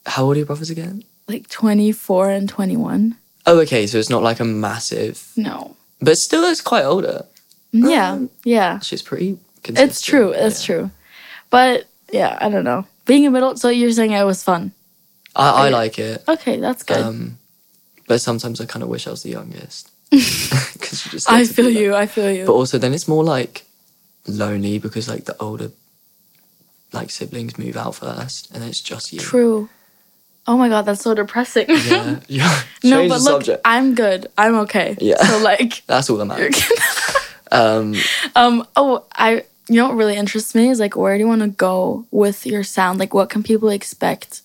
A: how old are your brothers again?
B: like 24 and 21.
A: Oh, okay, so it's not like a massive,
B: No,
A: but still, it's quite older.
B: yeah, yeah.
A: She's pretty. Consistent.
B: It's true. It's
A: yeah.
B: true. But yeah, I don't know. Being a middle, so you're saying it was fun.
A: I, I
B: Yeah.
A: like it.
B: Okay, that's good.
A: Um, but sometimes I kind of wish I was the
B: <laughs>
A: youngest. <laughs> 'Cause you just get
B: I
A: to be
B: feel
A: like-
B: you. I feel you.
A: But also, then it's more like lonely because like the older like siblings move out first, and then it's just you.
B: True. Oh my god, that's so depressing.
A: Yeah. yeah.
B: <laughs> no,
A: Change
B: but
A: the
B: look,
A: subject.
B: I'm good. I'm okay.
A: Yeah.
B: So like, <laughs>
A: That's all that
B: you're
A: matters.
B: good.
A: Um,
B: um. Oh, I. You know what really interests me is like, where do you want to go with your sound? Like, what can people expect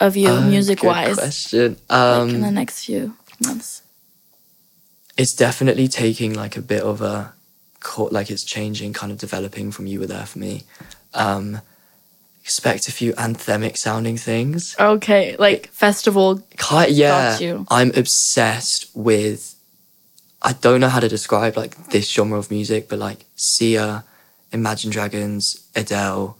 B: of you,
A: oh,
B: music wise,
A: good question.
B: like
A: Um,
B: in the next few months?
A: it's definitely taking like a bit of a co- like it's changing kind of developing from you were there for me um expect a few anthemic sounding things
B: Okay, like festival.
A: Ki- yeah
B: Got you.
A: i'm obsessed with i don't know how to describe like this genre of music but like sia imagine dragons adele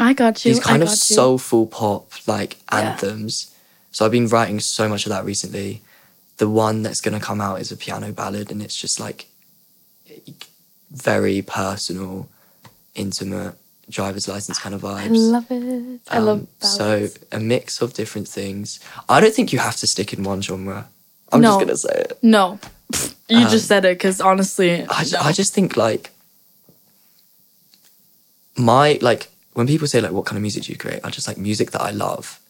B: I got you.
A: these kind
B: I
A: of
B: got you.
A: soulful pop like
B: Yeah.
A: anthems. So I've been writing so much of that recently. The one that's going to come out is a piano ballad, and it's just like very personal, intimate, driver's license kind of vibes.
B: I love it. I
A: Um,
B: love.
A: so
B: ballads.
A: a mix of different things. I don't think you have to stick in one genre. I'm just
B: No.
A: gonna say it.
B: No. <laughs> Pfft, You
A: Um,
B: just said it because honestly,
A: I, ju-
B: no.
A: I just think like my like when people say like what kind of music do you create i just like music that i love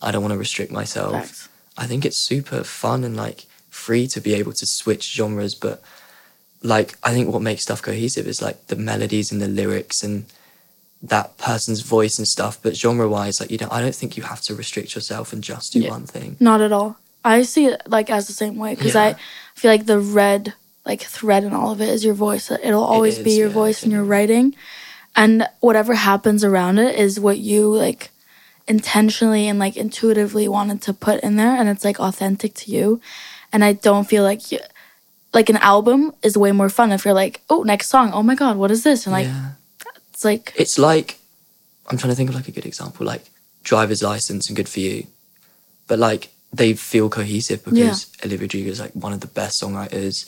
A: i don't want to restrict myself
B: Facts.
A: i think it's super fun and like free to be able to switch genres but like i think what makes stuff cohesive is like the melodies and the lyrics and that person's voice and stuff but genre wise like you know i don't think you have to restrict yourself and just do
B: Yeah.
A: one thing
B: Not at all. I see it like as the same way because
A: Yeah.
B: I feel like the red like thread in all of it is your voice. It'll always be
A: is,
B: your
A: yeah,
B: voice and your
A: definitely.
B: writing, and whatever happens around it is what you like intentionally and like intuitively wanted to put in there, and it's like authentic to you. And I don't feel like you, like an album is way more fun if you're like, oh, next song, oh my god, what is this? And like
A: yeah
B: it's like
A: it's like I'm trying to think of like a good example, like driver's license and good for you. But like they feel cohesive because Olivia Rodrigo is like one of the best songwriters.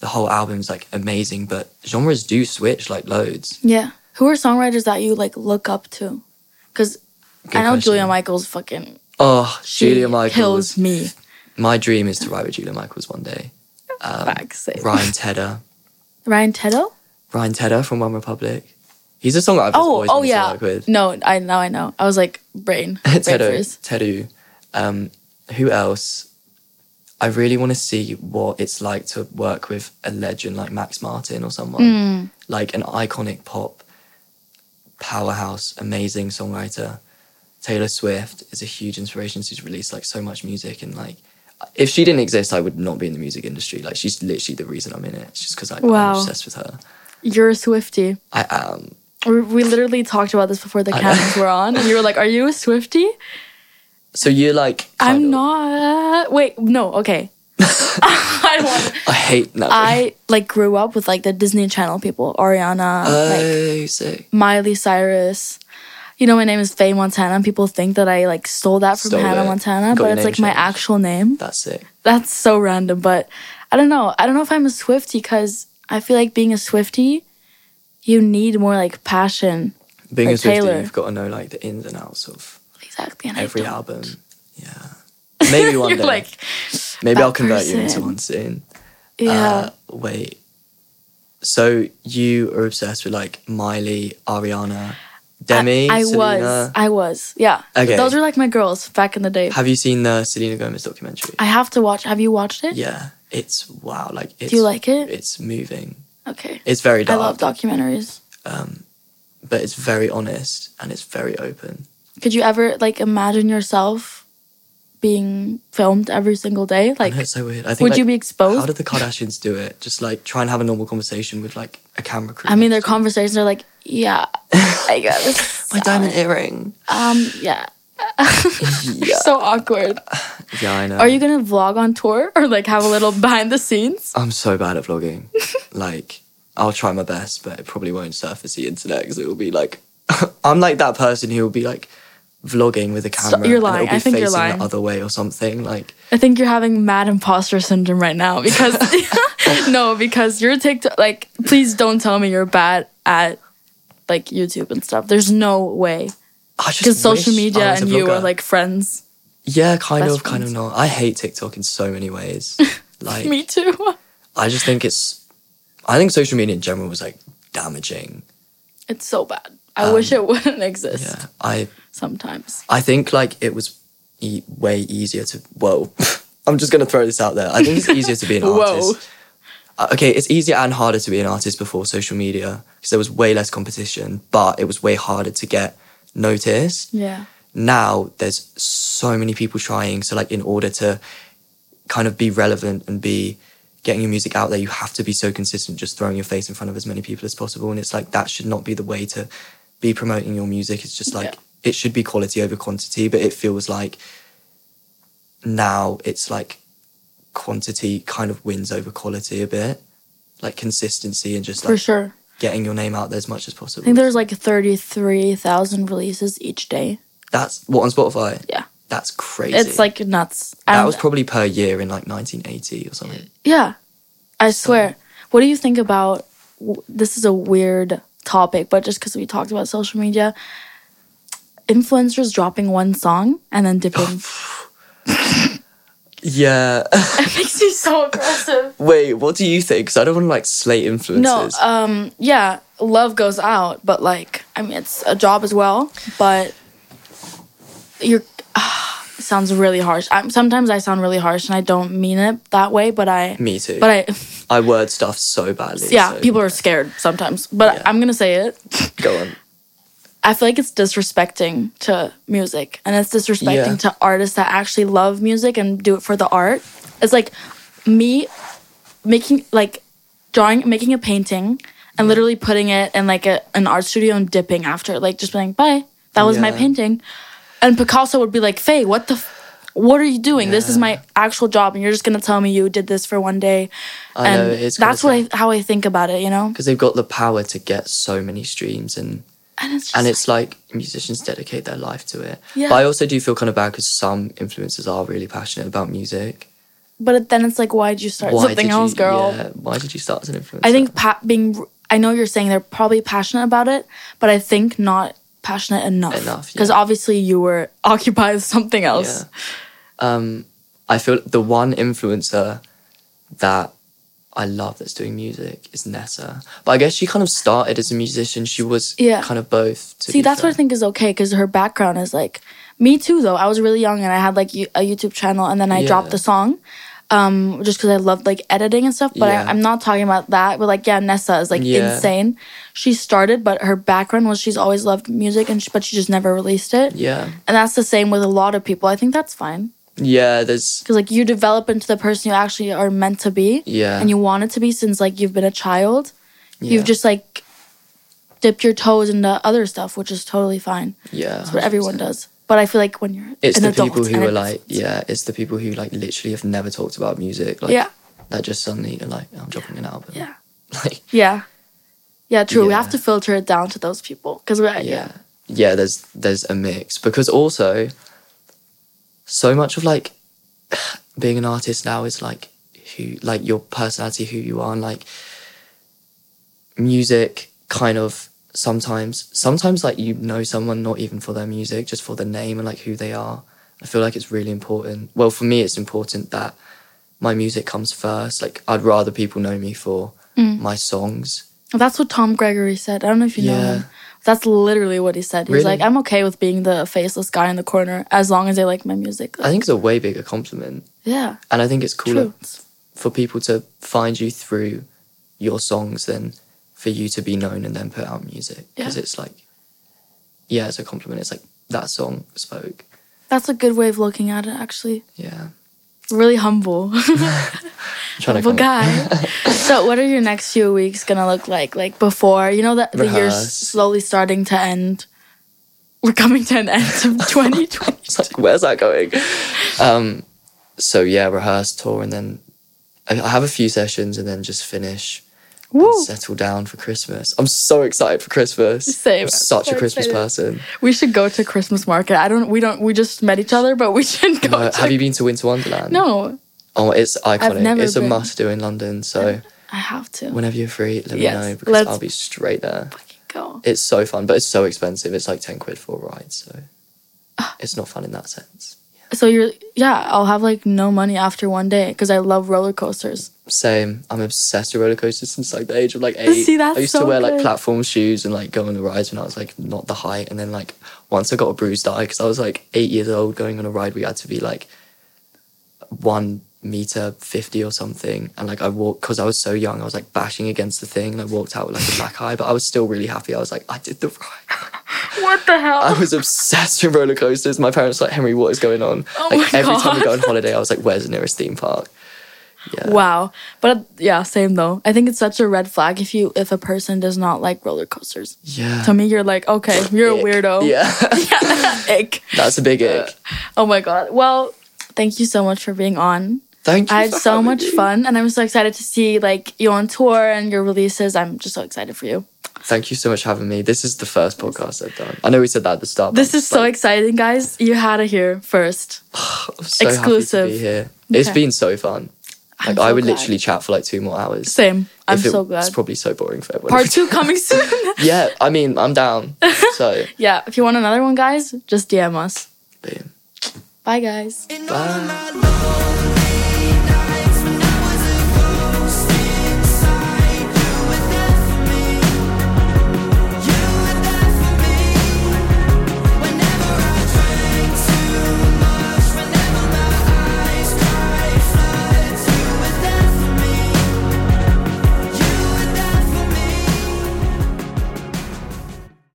A: The whole album's like amazing, but genres do switch like loads.
B: yeah. Who are songwriters that you like look up to? Because
A: Good
B: I know
A: question.
B: Julia Michaels fucking
A: Oh,
B: she
A: Julia Michaels.
B: kills me.
A: My dream is to write with Julia Michaels one day.
B: Facts. sake.
A: um, Ryan Tedder.
B: Ryan Tedder?
A: Ryan Tedder from One Republic. He's a songwriter I've
B: Oh,
A: always
B: oh
A: wanted to
B: yeah.
A: work with.
B: No, I now I know. I was like
A: <laughs>
B: brain. brain
A: Teru.
B: freeze.
A: Teru. Um, who else? I really want to see what it's like to work with a legend like Max Martin or someone,
B: Mm,
A: like an iconic pop powerhouse, amazing songwriter. Taylor Swift is a huge inspiration. She's released like so much music, and like if she didn't exist, I would not be in the music industry. Like she's literally the reason I'm in it. It's just because like,
B: Wow.
A: I'm obsessed with her.
B: You're a Swifty.
A: I am.
B: We, we literally talked about this before the
A: I know.
B: cameras were on, and you were like, "Are you
A: <laughs>
B: a Swifty?"
A: So you're like kind
B: I'm
A: of-
B: not. Wait, no.
A: <laughs>
B: Okay. <laughs> I don't want.
A: I hate that.
B: I like grew up with like the Disney Channel people, Ariana, like
A: oh sick.
B: Miley Cyrus. You know, my name is Faye Montana. and People think that I like stole that from
A: Stole
B: Hannah
A: it.
B: Montana,
A: Got
B: but
A: your
B: it's
A: name
B: like my
A: changed.
B: actual name.
A: That's it.
B: That's so random, but I don't know. I don't know if I'm a Swifty because I feel like being a Swifty, you need more like passion.
A: Being
B: Like
A: a Swiftie,
B: Taylor.
A: you've got to know like the ins and outs of
B: Exactly. And I
A: every
B: don't.
A: album. Yeah. Maybe one
B: <laughs> You're
A: day.
B: like,
A: Maybe
B: that
A: I'll convert you into
B: person.
A: one soon.
B: yeah.
A: Uh, wait. So you are obsessed with like Miley, Ariana, Demi,
B: I, I was.
A: Selena.
B: I was. Yeah.
A: Okay.
B: Those were like my girls back in the day.
A: Have you seen the Selena Gomez documentary?
B: I have to watch. Have you watched it?
A: yeah. It's wow. Like it's
B: Do you like it?
A: it's moving.
B: Okay.
A: It's very
B: I
A: dark.
B: love documentaries.
A: Um but it's very honest and it's very open.
B: Could you ever like imagine yourself being filmed every single day?
A: Like,
B: Like,
A: I know it's so weird. I think
B: would
A: like,
B: you be
A: How
B: exposed?
A: did the Kardashians do it? Just like try and have a normal conversation with like a camera crew.
B: I mean, their
A: next to
B: conversations are like, yeah,
A: <laughs>
B: I got this.
A: you. my diamond earring.
B: Um, yeah.
A: <laughs> Yeah.
B: So awkward.
A: yeah, I know.
B: Are you gonna vlog on tour or like have a little behind the scenes?
A: I'm so bad at
B: <laughs>
A: vlogging. like, I'll try my best, but it probably won't surface the internet because it will be like, <laughs> I'm like that person who will be like vlogging with a camera. and
B: you're
A: it'll
B: lying.
A: be
B: I think you're
A: facing
B: lying.
A: the other way or something. Like,
B: I think you're having mad imposter syndrome right now because <laughs> no, because you're TikTok. Like, please don't tell me you're bad at like YouTube and stuff. There's no way
A: I just
B: because social
A: wish I
B: media
A: was a
B: and you are
A: vlogger.
B: like friends.
A: yeah, kind
B: best
A: of, kind of
B: friends.
A: not. I hate TikTok in so many ways. like,
B: <laughs> Me too.
A: I just think it's, I think social media in general was like damaging.
B: It's so bad. I wish it wouldn't exist
A: Um, Yeah, I
B: sometimes.
A: I think like it was e- way easier to. Whoa, <laughs> I'm just gonna throw this out there. I think it's easier to be an
B: Whoa.
A: artist. Uh, Okay, it's easier and harder to be an artist before social media because there was way less competition, but it was way harder to get noticed.
B: Yeah.
A: Now there's so many people trying. So like in order to kind of be relevant and be getting your music out there, you have to be so consistent, just throwing your face in front of as many people as possible. And it's like that should not be the way to be promoting your music. It's just like
B: Yeah.
A: it should be quality over quantity, but it feels like now it's like quantity kind of wins over quality a bit. Like consistency and just
B: For
A: like
B: sure.
A: getting your name out there as much as
B: I
A: possible.
B: think there's like 33,000 releases each day.
A: That's what on Spotify.
B: Yeah.
A: That's crazy.
B: It's like nuts.
A: that
B: And-
A: was probably per year in like 1980 or something.
B: yeah. I swear. What do you think about w- this is a weird topic, but just cuz we talked about social media, influencers dropping one song and then dipping.
A: Yeah.
B: <laughs>
A: <laughs>
B: it makes you so aggressive.
A: Wait, what do you think? Because I don't want to like slate
B: <laughs> No,
A: influences.
B: um yeah, love goes out, but like I mean it's a job as well, but you're <sighs> it sounds really harsh. I'm, sometimes I sound really harsh and I don't mean it that way, but I
A: Me too.
B: but I
A: I word stuff so badly.
B: yeah,
A: so-
B: people are scared sometimes, but
A: Yeah.
B: I'm going to say it.
A: Go on.
B: I feel like it's disrespecting to music and it's disrespecting
A: Yeah.
B: to artists that actually love music and do it for the art. It's like me making like drawing making a painting and literally putting it in like a, an art studio and dipping after like just being like bye that was my
A: Yeah.
B: painting and Picasso would be like Faye what the f- what are you doing this is
A: Yeah.
B: my actual job and you're just gonna tell me you did this for one day
A: I
B: and
A: know it's
B: that's what I, how I think about it you know
A: Because they've got the power to get so many streams and
B: and it's just
A: and it's like musicians dedicate their life to it.
B: Yeah.
A: But I also do feel kind of bad because some influencers are really passionate about music.
B: But then it's like, why did you start
A: Why
B: something
A: did
B: else,
A: you,
B: girl?
A: yeah, why did you start as an influencer?
B: I think pa- being, I know you're saying they're probably passionate about it, but I think not passionate enough.
A: Enough, yeah.
B: Because obviously you were <laughs> occupied with something else.
A: Um, I feel the one influencer that I love that's doing music is Nessa. But I guess she kind of started as a musician. She was
B: Yeah.
A: kind of both. To
B: See,
A: be
B: that's
A: fair.
B: what I think is okay because her background is like, me too, though. I was really young and I had like you- a YouTube channel and then I dropped
A: Yeah.
B: the song. um, just because I loved like editing and stuff. But
A: Yeah.
B: I, I'm not talking about that. But like, yeah, Nessa is like
A: Yeah.
B: insane. She started, but her background was she's always loved music, and she, but she just never released it.
A: Yeah.
B: And that's the same with a lot of people. I think that's fine
A: Yeah, there's
B: because like you develop into the person you actually are meant to be
A: yeah.
B: and you wanted to be since like you've been a child.
A: yeah,
B: You've just like dipped your toes into other stuff, which is totally fine.
A: yeah.
B: That's what everyone does. But I feel like when you're
A: It's
B: an
A: the
B: adult
A: people who
B: and
A: are
B: it-
A: like yeah, it's the people who like literally have never talked about music. Like
B: yeah,
A: that just suddenly are like, "Oh, I'm dropping an album.
B: Yeah.
A: <laughs> Like
B: yeah, yeah. True. We have
A: Yeah.
B: to filter it down to those people because we're yeah.
A: yeah yeah there's there's a mix because also so much of like <sighs> being an artist now is like who like your personality who you are and like music kind of sometimes sometimes like you know someone not even for their music just for the name and like who they are i feel like it's really important well for me it's important that my music comes first like i'd rather people know me for
B: Mm.
A: my songs
B: That's what Tom Gregory said. I don't know if you know
A: Yeah.
B: him. That's literally what he said. He's
A: Really?
B: like, I'm okay with being the faceless guy in the corner as long as they like my music.
A: i think it's a way bigger compliment
B: yeah,
A: and i think it's cooler
B: true. It's-
A: for people to find you through your songs than for you to be known and then put out music because
B: Yeah.
A: it's like yeah it's a compliment it's like that song spoke
B: That's a good way of looking at it, actually.
A: yeah
B: Really humble. <laughs>
A: trying
B: Well, guy. so, what are your next few weeks gonna look like? Like before, you know that the year's
A: Rehearse.
B: slowly starting to end. We're coming to an end of
A: <laughs>
B: 2020.
A: <laughs> it's like where's that going um so yeah rehearse tour and then I I have a few sessions and then just finish and
B: Woo!
A: settle down for Christmas. I'm so excited for Christmas.
B: <laughs> Same.
A: I'm such
B: So
A: a Christmas
B: excited.
A: person.
B: We should go to Christmas market. I don't. We don't. We just met each other, but we <laughs> should go.
A: Uh,
B: to,
A: have you been to Winter Wonderland?
B: No,
A: Oh, it's iconic.
B: never
A: it's a
B: been.
A: must do in London. So
B: I have to.
A: whenever you're free, let
B: Yes,
A: me know because
B: let's-
A: I'll be straight there.
B: Fucking go.
A: It's so fun, but it's so expensive. It's like ten quid for a ride,
B: <gasps>
A: so it's not fun in that sense.
B: So you're. Yeah, I'll have like no money after one day because I love roller coasters.
A: Same. I'm obsessed with roller coasters since like the age of like eight.
B: See, that's
A: I used
B: so
A: to wear
B: good.
A: like platform shoes and like go on the rides when I was like not the height, and then like once I got a bruised eye because I was like eight years old going on a ride. We had to be like one meter fifty or something, and like I walked because I was so young. I was like bashing against the thing, and I walked out with like a black eye, but I was still really happy. I was like, I did the <laughs> ride.
B: What the hell?
A: I was obsessed with roller coasters. My parents were like, Henry, what is going on?
B: Oh
A: like
B: my
A: every time we
B: God.
A: go on holiday, I was like, where's the nearest theme park? Yeah.
B: Wow. But uh, yeah, same though. I think it's such a red flag if you if a person does not like roller coasters.
A: Yeah.
B: To me, you're like, okay, you're a
A: Ick.
B: weirdo. <laughs>
A: Yeah. <laughs>
B: Ick.
A: That's a big ick.
B: Oh my god. Well, thank you so much for being on.
A: Thank you.
B: I had
A: for
B: so
A: having
B: much
A: me.
B: fun and I'm so excited to see like you on tour and your releases. I'm just so excited for you.
A: Thank you so much for having me. This is the first podcast I've done. I know we said that at the start. but
B: This
A: I'm
B: is
A: just,
B: so
A: like,
B: exciting, guys. You had it here first.
A: I'm so happy to
B: exclusive.
A: be here. It's
B: Okay.
A: been so fun. Like
B: I'm
A: I
B: so
A: would
B: glad.
A: literally chat for like two more hours.
B: Same. I'm
A: If it-
B: so
A: It's
B: glad.
A: probably so boring for everyone.
B: Part two coming soon.
A: <laughs> yeah, I mean, I'm down. So,
B: <laughs> yeah, if you want another one, guys, just DM us.
A: boom.
B: Bye guys.
C: In all
A: Bye.
C: my lonely